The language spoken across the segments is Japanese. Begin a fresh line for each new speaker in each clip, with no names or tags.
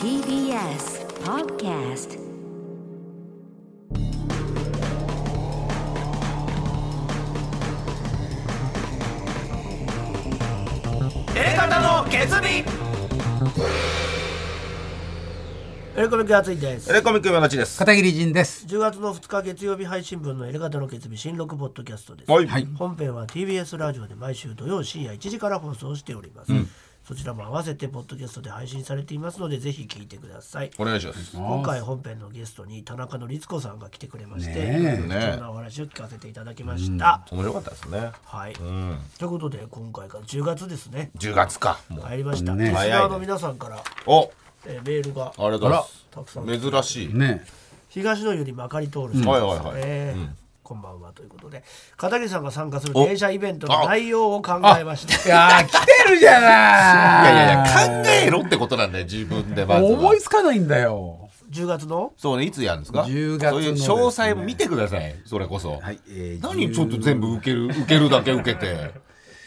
TBS Podcast
方の決意
エレコミック熱いです
エ。レコミック今立ちです
片桐仁です。
10月の2日月曜日配信分のエレガタの決日新録ポッドキャストです。
はい、
本編は TBS ラジオで毎週土曜深夜1時から放送しております。そちらも合わせてポッドキャストで配信されていますのでぜひ聞いてください。
お願いします
今回本編のゲストに田中の律子さんが来てくれまして、
ね
い
え
ろんなお話を聞かせていただきました。
面白かったですね
はい、
うん
ということで今回から10月ですね
10月かもう
入りました。
ね
リスナ
早い
ー
ね
の皆さんから、
お
えーメールが
ありがとうござい
たくさん
ます珍しい
ね
東野よりまかり通るさんですね、
はいはいはい
こんばんはということで片桐さんが参加する電車イベントの内容を考えまし
い
て
やー、来てるじゃ
い
な
やい
い。
やいや考えろってことなんだよ自分でまずは
思いつかないんだよ。
10月の
そうねいつやるんですか
10月の
そういう
ですね
詳細も見てくださいそれこそ、
いえー
何ちょっと全部受ける受けるだけ受けて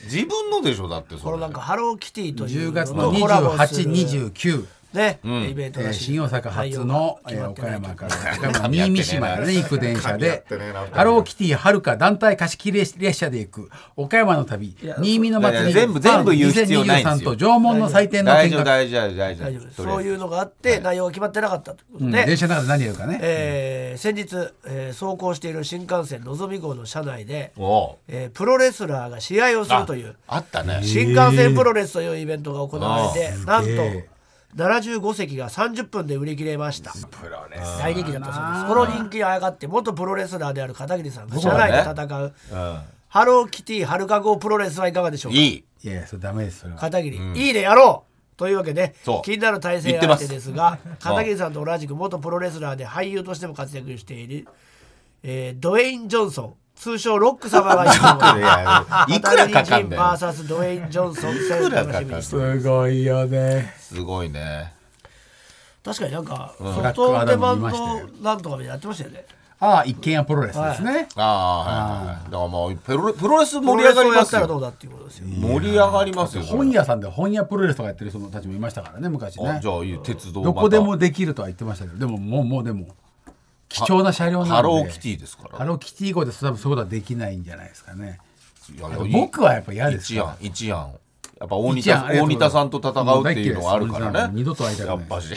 自分のでしょだってそ
こ
れ
のなんかハローキティという
10月
の
の
とコラボす
28、
る
29。
ね、イベント
えー
らしい
新大阪発の、えー岡山 から岡山
噛み合ってねえ
新
な
三島へ、ね、行く電車
噛み合っ
で
てねえな
ハローキティはるか団体貸し切り列車で行く岡山の旅新見の
いや
祭
い
り
や全部全部言う必要ないんですよ
2023と縄文の祭典の
大
見
丈夫
学、
大丈夫大丈夫
大丈夫です
とりあえ
そう
ず
いうのがあって内容が決まってなかったということ
うん
で、
電車の中で何やるかね、
えー先日、えー走行している新幹線のぞみ号の車内で、
おう
えープロレスラーが試合をするという
あったね
新幹線プロレスというイベントが行われて、なんと75席が30分で売り切れました
プロレス
大人気だったそうですこの人気にあやがって元プロレスラーである片桐さんが社内で戦う、ハローキティはるか号プロレスはいかがでしょうか
いい
いやいやそれダメですそれは
片桐、いいねやろうというわけで
そう
気になる対戦相手ですが片桐さんと同じく元プロレスラーで俳優としても活躍している、えードウェイン・ジョンソン通称ロック様がいる
いやいくらかかんだよ
VS ドウェイン・ジョンソン戦
い
を
くらか
楽
か
し
ん
み
だ
に
よ
して
すごいよね
すごいね
確かになんか
ブ
ソフ
ラック
ト
ア
デ
ダ
バ
ム
ン
見
ド
ましたよ
なんとかみたいなやってましたよね
ああ一軒家プロレスですね、
ああはいはいはいだからもうプロレプロレス
プロ
盛り
レ
上
ス
が
を
り
や
ま
っ
す
たら
よ
どうだっていうことですよ
盛り上がりますよこれ
本屋さんで本屋プロレスとかやってる人たちもいましたからね昔
あ
ね
じゃあいいよ鉄道また
どこでもできるとは言ってましたけどでももうもうでも貴重な車両なんで
ハローキティですから
ハローキティ号で多分そういうことはできないんじゃないですかね
いやいや
僕はやっぱ嫌です
一
か
案一案やっぱ大仁
一案
田
ありがと
大
う
仁
ございます
田さんと戦うっていうのがあるからね
二度と会いたくな
や
い
っぱし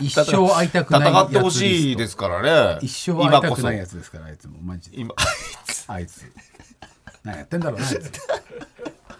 一生会いたくない
戦
やつ
ってほしいですからね
一生会いたくないやつですからあいつもマジで
今こ
あいつ何やってんだろう なあいつ
そ今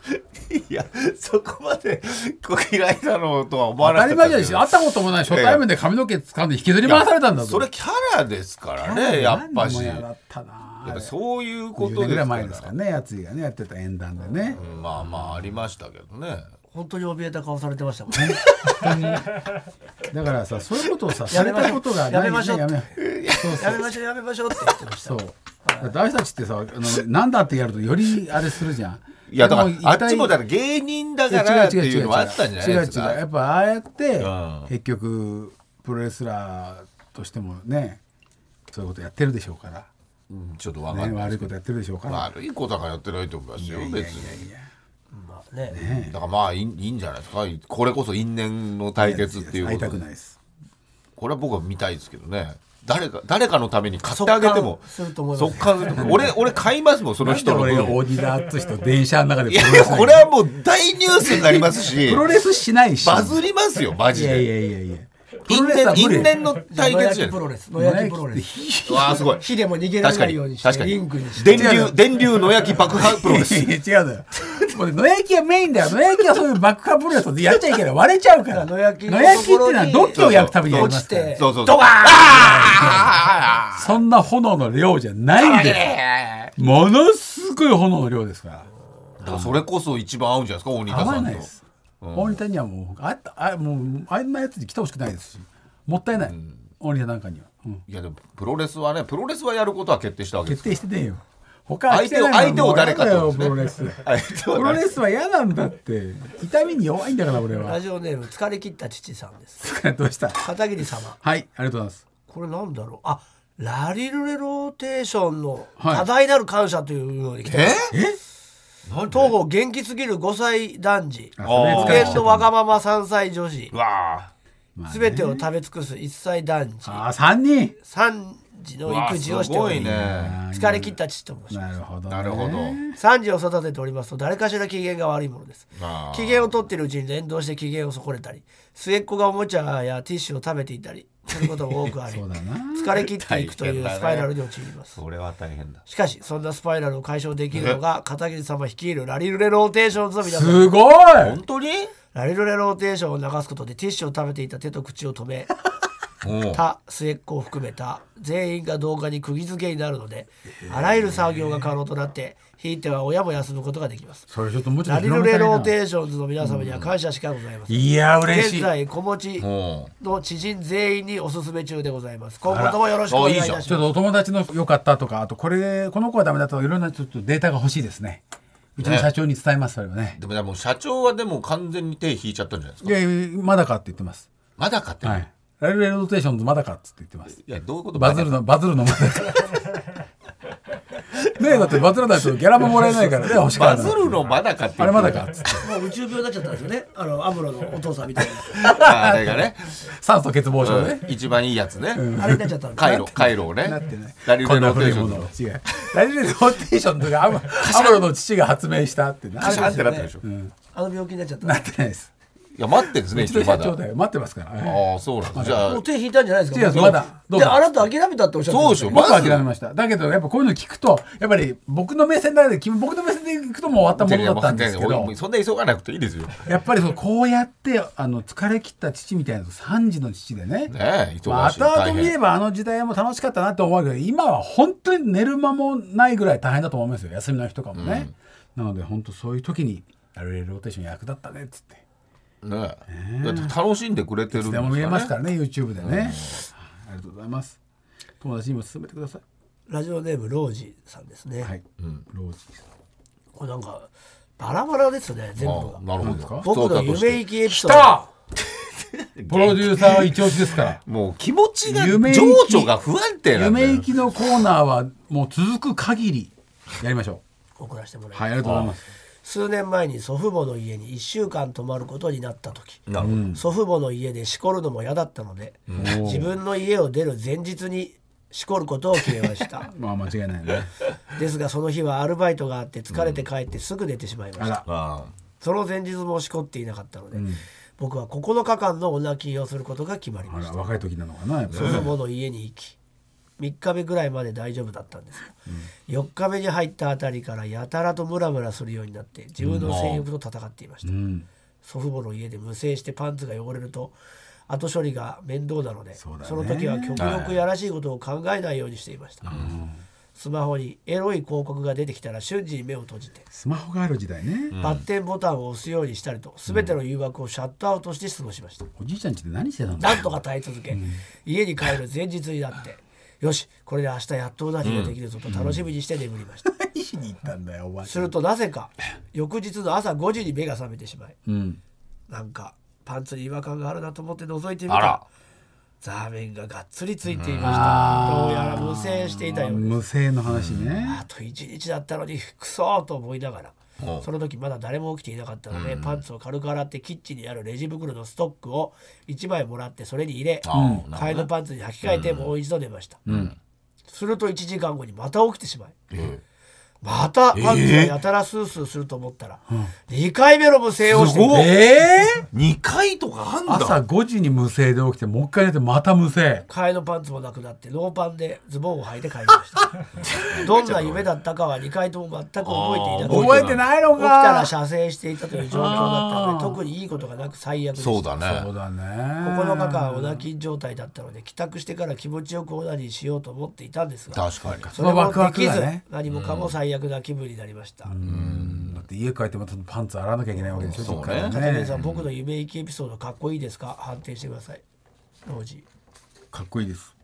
いやそこまでこう嫌いなのとは思わ
当
なかっ
たり
た
前
け
じ
ど
ゃないし会ったこともない初対面で髪の毛掴んで引きずり回されたんだぞ
それキャラですからねやっぱし
何もや
や
だ
っ
ったなあ
ぱ
れ
そういうこと
10年
で
ぐら
すから
い前ですからねやついがねやってた縁談でね
うんまあまあありましたけどね
本当に怯えた顔されてましたもんね
だからさそういうことをさ
や
さ
め
れ
ましたょう
ことがない
やめましょう
やめようそうそ
や
う
めましょうやめましょうって言ってまし た
そうだって私たちってさあのなんだってやるとよりあれするじゃん
いやだから
で
あっちもだか
一
ら芸人だ
体
からって
違う違う違う
いうのもあったんじゃないです
違う違う
か
やっぱああやって、
うん
結局プロレスラーとしてもねそういうことやってるでしょうか
うんちょっとわ
ら、
か
ね、
んない
悪いことやってるでしょうから、
悪いことはやってないと思いますよ別に
まあね
だからまあいいいいんじゃないですかこれこそ因縁の対決っていう
会い
こ
た
と
くな
で
いです
これは僕は見たいですけどね誰か誰かのために買ってあげても
速乾すると思います
速乾すると思う俺俺買いますもんその
なんで
人の分
俺がオーディダーとして電車の中で
い
プ
や
ロ
い
レ
や
スなんか
これはもう大ニュースになりますし
プロレスしないし
バズりますよマ
い
ジ
やい
で
やいやいやプロ
因
レスは
縁
無理
因縁の対
野
決じゃ
焼
ん
きプロレス野
野
焼
焼
き
き
プロレス
わあすごい
火でも逃げら
確
れ
か
ない
に
ようにし
確
て
か
リンクにし
に
て
電流電流の焼き爆破プロレス
いやいや違うのよ。もうね野焼きはメインだよ。野焼きはそういう爆破プロレスでやっちゃいけない。割れちゃうから。
野焼きの
野焼きっていうのは
ところ
土
に
器を焼くためにやりま
落ち
すから。
て
そうそうそう
ドバ
あ
そんな炎の量じゃないん
ー
で
え
す。ものすごい炎の量ですから。
ーだからそれこそ一番合うんじゃないですか大仁
合
田さ
わ
んと
ないです。大仁田にはもう、あった、あ、もう、あんなやつに来てほしくないですし。もったいない。大仁田なんかには。うん
いやでもプロレスはねプロレスはやることは決定したわけです
決
から
定してねえよ。他は来てないから
相手を
もう
相手を誰かってこ
やだよ
と
プ
ですね
ロレ ス。
相手
プ
は誰
ロレスは嫌なんだって。痛みに弱いんだから、俺
ラ
は。
ジオネーム疲れ切った父さんです
どうした
片桐様
はい、ありがとうございます。
これなんだろうあラリルレローテーションの
はい
多大なる感謝というのに来てます、
えなんで
当方元気すぎる5歳男児
あ
ー
そ
保
れ使い
険
道
のわがまま3歳女子
うわ
まあね
すべてを食べ尽くす1歳男児
ああ三人
3児
ー
の育児をしており
うわー
疲れ切った父と申します
なるほど、ね、
なるほど
3児を育てておりますと誰かしら機嫌が悪いものです
あー
機嫌を取っているうちに連動して機嫌を損ねたり末っ子がおもちゃやティッシュを食べていたりすることも多くあり
そうだな
疲れ切っていくというスパイラルに陥ります
それは大変だ
しかしそんなスパイラルを解消できるのが片桐様率いるラリルレローテーションズの皆さん
すごい
本当に
ラリルレローテーションを流すことでティッシュを食べていた手と口を止め
おう
他末っ子を含めた全員が動画に釘付けになるのであらゆる作業が可能となってひいては親も休むことができます
それちょっともうちょっ
ラ
と
リル
広めた
レ
いな
ローテーションズの皆様には感謝しかございません
いや嬉し
現
い
在子持ち
おう
の知人全員におすすめ中でございます今後ともよろしくお願いいたしま
あら
す
ちょっとお友達の良かったとかあとこれこの子はダメだとかいろんなちょっとデータが欲しいですねうちの社長に伝えますそれはね
でもでも社長はでも完全に手引いちゃったんじゃないです
い
か
やいやまだかって言ってます
まだ勝てな
はいいラリルレローテーションズまだかっつって言ってます
いやどういうこと
バズるのバズるのまだ かねえだってバズらないとギャラももらえないからね欲しか
バ
った
ズるのまだかって
あれまだ かっつって
もう宇宙病になっちゃったんですよねあのアムロのお父さんみたいな
あれがね
酸素欠乏症ね
うん一番いいやつね
あれになっちゃったんです
回路回路をね
なってない。
ラリルレローテーション
こんな古いもの
の
違う。ラリルレローテーションとかアムアムロの父が発明したってな。
カシャンっ
な
てなってるでしょ
あの病気になっちゃった
なってないです。
いや待ってんですね
うちの
人ま
社
だ
長だよ。待ってますから。はい
ああそうなんですじゃ
も
あ
う手引いたんじゃないです
違う
か
まだどう
で
ぞ
あなた諦めたっておっしゃって
そう
ま
でし
し
たょま
よね
僕は
ず
諦めました。だけどやっぱこういうの聞くとやっぱり僕の目線だけで君僕の目線でいくともう終わったものだったんですけ
いやいやも
ど
う。そんな急がなくていいですよ
やっぱりそうこうやってあの疲れ切った父みたいな3時の父でね
ねえ
ま
忙
あ
しい
後々
大
見れ
変
ばあの時代も楽しかったなと思うけど今は本当に寝る間もないぐらい大変だと思いますよ休みの日とかもね、なので本当そういう時に「ラルレローテーション役立ったね」っつって
ねえだって楽しんでくれてるんです
いつで
か
も見えますから
ね
ね YouTube でね、ありがとうございます友達にも勧めてください
ラジオネームロージさんですね、
はい、ローズです
これなんかバラバラですね全部
ああ
が
なる
です
ほど
か
僕
普
の
通歌として
夢行きエピソード
たプロデューサーは一押しです から
もう気持ちが情
夢行き
緒が不安定なんだ
夢
よ
行きのコーナーはもう続く限りやりましょ
送らせてもら
う
い
は
ます
いありがとうございます
数年前に祖父母の家に1週間泊まることになった時
なるほど
祖父母の家でしこるのも嫌だったので、自分の家を出る前日にしこることを決めました
まあ間違いないね
ですがその日はアルバイトがあって疲れて帰ってすぐ寝てしまいま
あ
した、
ら
あ
その前日もしこっていなかったので、僕は9日間のお泣きをすることが決まり
あ
まし
ら
た
若い時なのかなやっぱ
祖父母の家に行き3日目ぐらいまで大丈夫だったんですが、4日目に入ったあたりからやたらとムラムラするようになって自分の性欲と戦っていました、
うん
祖父母の家で無制してパンツが汚れると後処理が面倒なので
そうだね
の時は極力やらしいことを考えないようにしていました、スマホにエロい広告が出てきたら瞬時に目を閉じて、
スマホがある時代ね、
バッテンボタンを押すようにしたりと全ての誘惑をシャットアウトして過ごしました、
おじいちゃん家で何してたんだ
なんとか耐え続け、家に帰る前日になってよしこれで明日やっとうな日ができるぞと楽しみにして眠りました、
何しに行ったんだよおばあ
するとなぜか翌日の朝5時に目が覚めてしまい
うん
なんかパンツに違和感があるなと思って覗いてみ
あ
た
ら
らザーメンががっつりついていましたどうやら無制していたようです
無声の話ね
あと1日だったのにクソーと思いながら
うん
その時まだ誰も起きていなかったので、パンツを軽く洗ってキッチンにあるレジ袋のストックを1枚もらってそれに入れ
あーなるほどね
替えのパンツに履き替えてもう一度寝ました、すると1時間後にまた起きてしまい
え
またパンツがやたらスースーすると思ったら、2回目の無声をし
す
て
ごっ
えー、
2回とかあんだ
朝5時に無声で起きてもう一回寝てまた無声
替えのパンツもなくなってノーパンでズボンを履いて帰りまし たどんな夢だったかは2回とも全く覚えていなく
覚えて
ないの
起きたら射精していたという状況だったので特にいいことがなく最悪でした
そうだね
そうだね
9日間お泣き状態だったので帰宅してから気持ちよくオナニーしようと思っていたんですが
確かに
それも
そのワ
でき
クワク
ず
がね
何もかも最悪な気分になりました
うんだって家帰ってまたパンツ洗わなきゃいけないわけでしょ
そうね
っから
片桐さん僕の夢行きエピソードかっこいいですか判定してくださいロージ
かっこいいです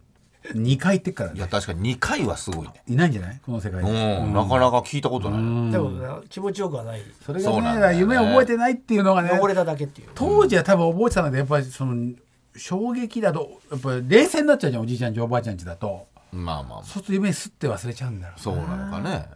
2回行ってっから
い
ね
や確かに2回はすごいね
いないんじゃないこの世界に
うんなかなか聞いたことない
でもな気持ちよくはない
それが
そう
ね
なんだよね
夢を覚えてないっていうのがね
汚れただけっていう
当時は多分覚えてたのでやっぱりその衝撃だとやっぱり冷静になっちゃうじゃんおじいちゃんちおばあちゃんちだと
まあまあまあ
そうすると夢すって忘れちゃうんだろう
そうなのかね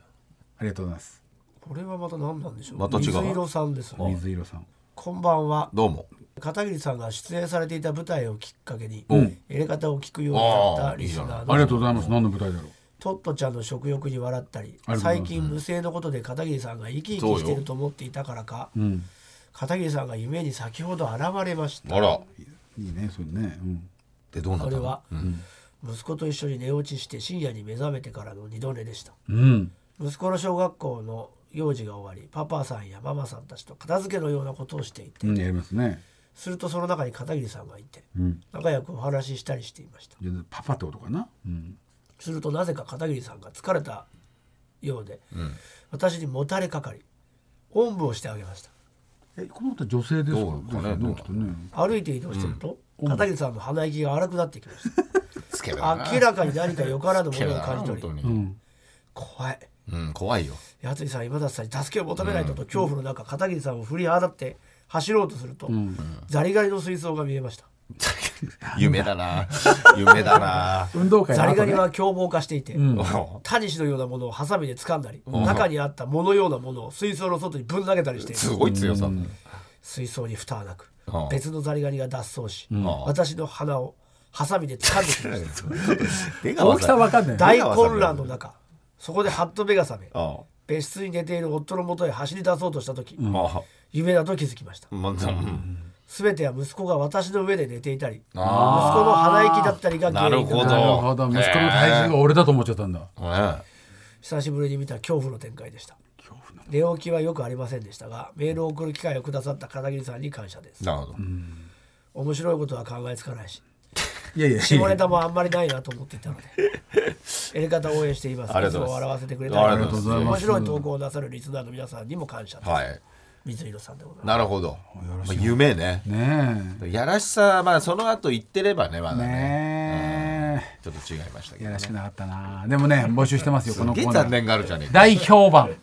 ありがとうございます
これはまた何なんでしょう
また違う
水色さんですね
水色さん
こんばんは
どうも
片桐さんが出演されていた舞台をきっかけに、
うん
入れ方を聞くようになったリス
あ
ナー
あり
の
がとうございます何の舞台だろう
トットちゃんの食欲に笑ったり
ありがとうござい
最
ます
近無声のことで片桐さんが生き生きしてると思っていたからか、
うん
片桐さんが夢に先ほど現れました
あら
いいねそれねうん
でどうな
こ
っ
れ
たの
は、息子と一緒に寝落ちして深夜に目覚めてからの二度寝でした
うん
息子の小学校の行事が終わりパパさんやママさんたちと片付けのようなことをしていて、
うんやりますね
するとその中に片桐さんがいて
うん
仲良くお話ししたりしていました
じゃあパパってことかなうん
するとなぜか片桐さんが疲れたようで、私にもたれかかりおんぶをしてあげました
えこの方女性ですか
どうかね
どうかね
歩いて移動してると、片桐さんの鼻息が荒くなってきまし
つけだな
た明らかに何かよからぬも
け
の
だ
を
な
感じ
本
取
当
り
に
怖い
うん怖いよ
やついさん今田さんに助けを求めないとと恐怖の中片桐さんを振り払って走ろうとすると、ザリガニの水槽が見えました
夢だな 夢だな
運動会の
ザリ
後
ガニ
ね
は凶暴化していて、
も
タニシのようなものをハサミで掴んだり、
ん
中にあった藻のようなものを水槽の外にぶん投げたりし
う
てい る
すごい強さ
水槽に蓋はなく、
うん
別のザリガニが脱走し、
ん
私の鼻をハサミで掴ん できまし
大きさわかんない
た大混乱の中そこでハッと目が覚め
あ
別室に寝ている夫のもとへ走り出そうとした時、
あま
夢だと気づきました
あまあうん
全ては息子が私の上で寝ていたり息子
あ
の鼻息だったりが原因
なるほど
とな
なるほど息子の体重が俺だと思っちゃったんだ
あ
久しぶりに見た恐怖の展開でした寝起きはよくありませんでしたがメールを送る機会をくださった片桐さんに感謝です
なるほど
面白いことは考えつかないし
いやいやい
下
や
ネタもあんまりないなと思っていたので やり方応援しています
ありがとうご
いつも
ざいます
笑わせてくれた
ありがとうござい
面
ます
白い投稿をなさるリスナーの皆さんにも感謝です、
はい
水色さんでございま
なるほどまあ夢ね
ね
やらしさまあその後言ってればねまだ
え
ね
ね
ちょっと違いました
え
け
や
ど
らしくなかったなでもね募集してますよこのコ
現
ーナ
残
ー
念があるじゃねえか
大評判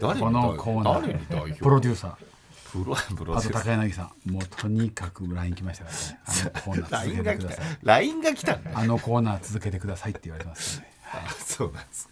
誰
このコー
に
ナ
誰に代
ー
表
プロデューサー
プロプロ
あと
デュー
高柳さんもうとにかく LINE 来ましたからねあのコーナ
サー
ー続
LINE が来
けてくだ
た
さい
LINE が来たんだ
あのコーナー続けてくださいって言われてますよね
あそうなんです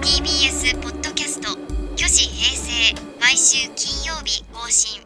TBS ポッドキャスト「虚子平成」毎週金曜日更新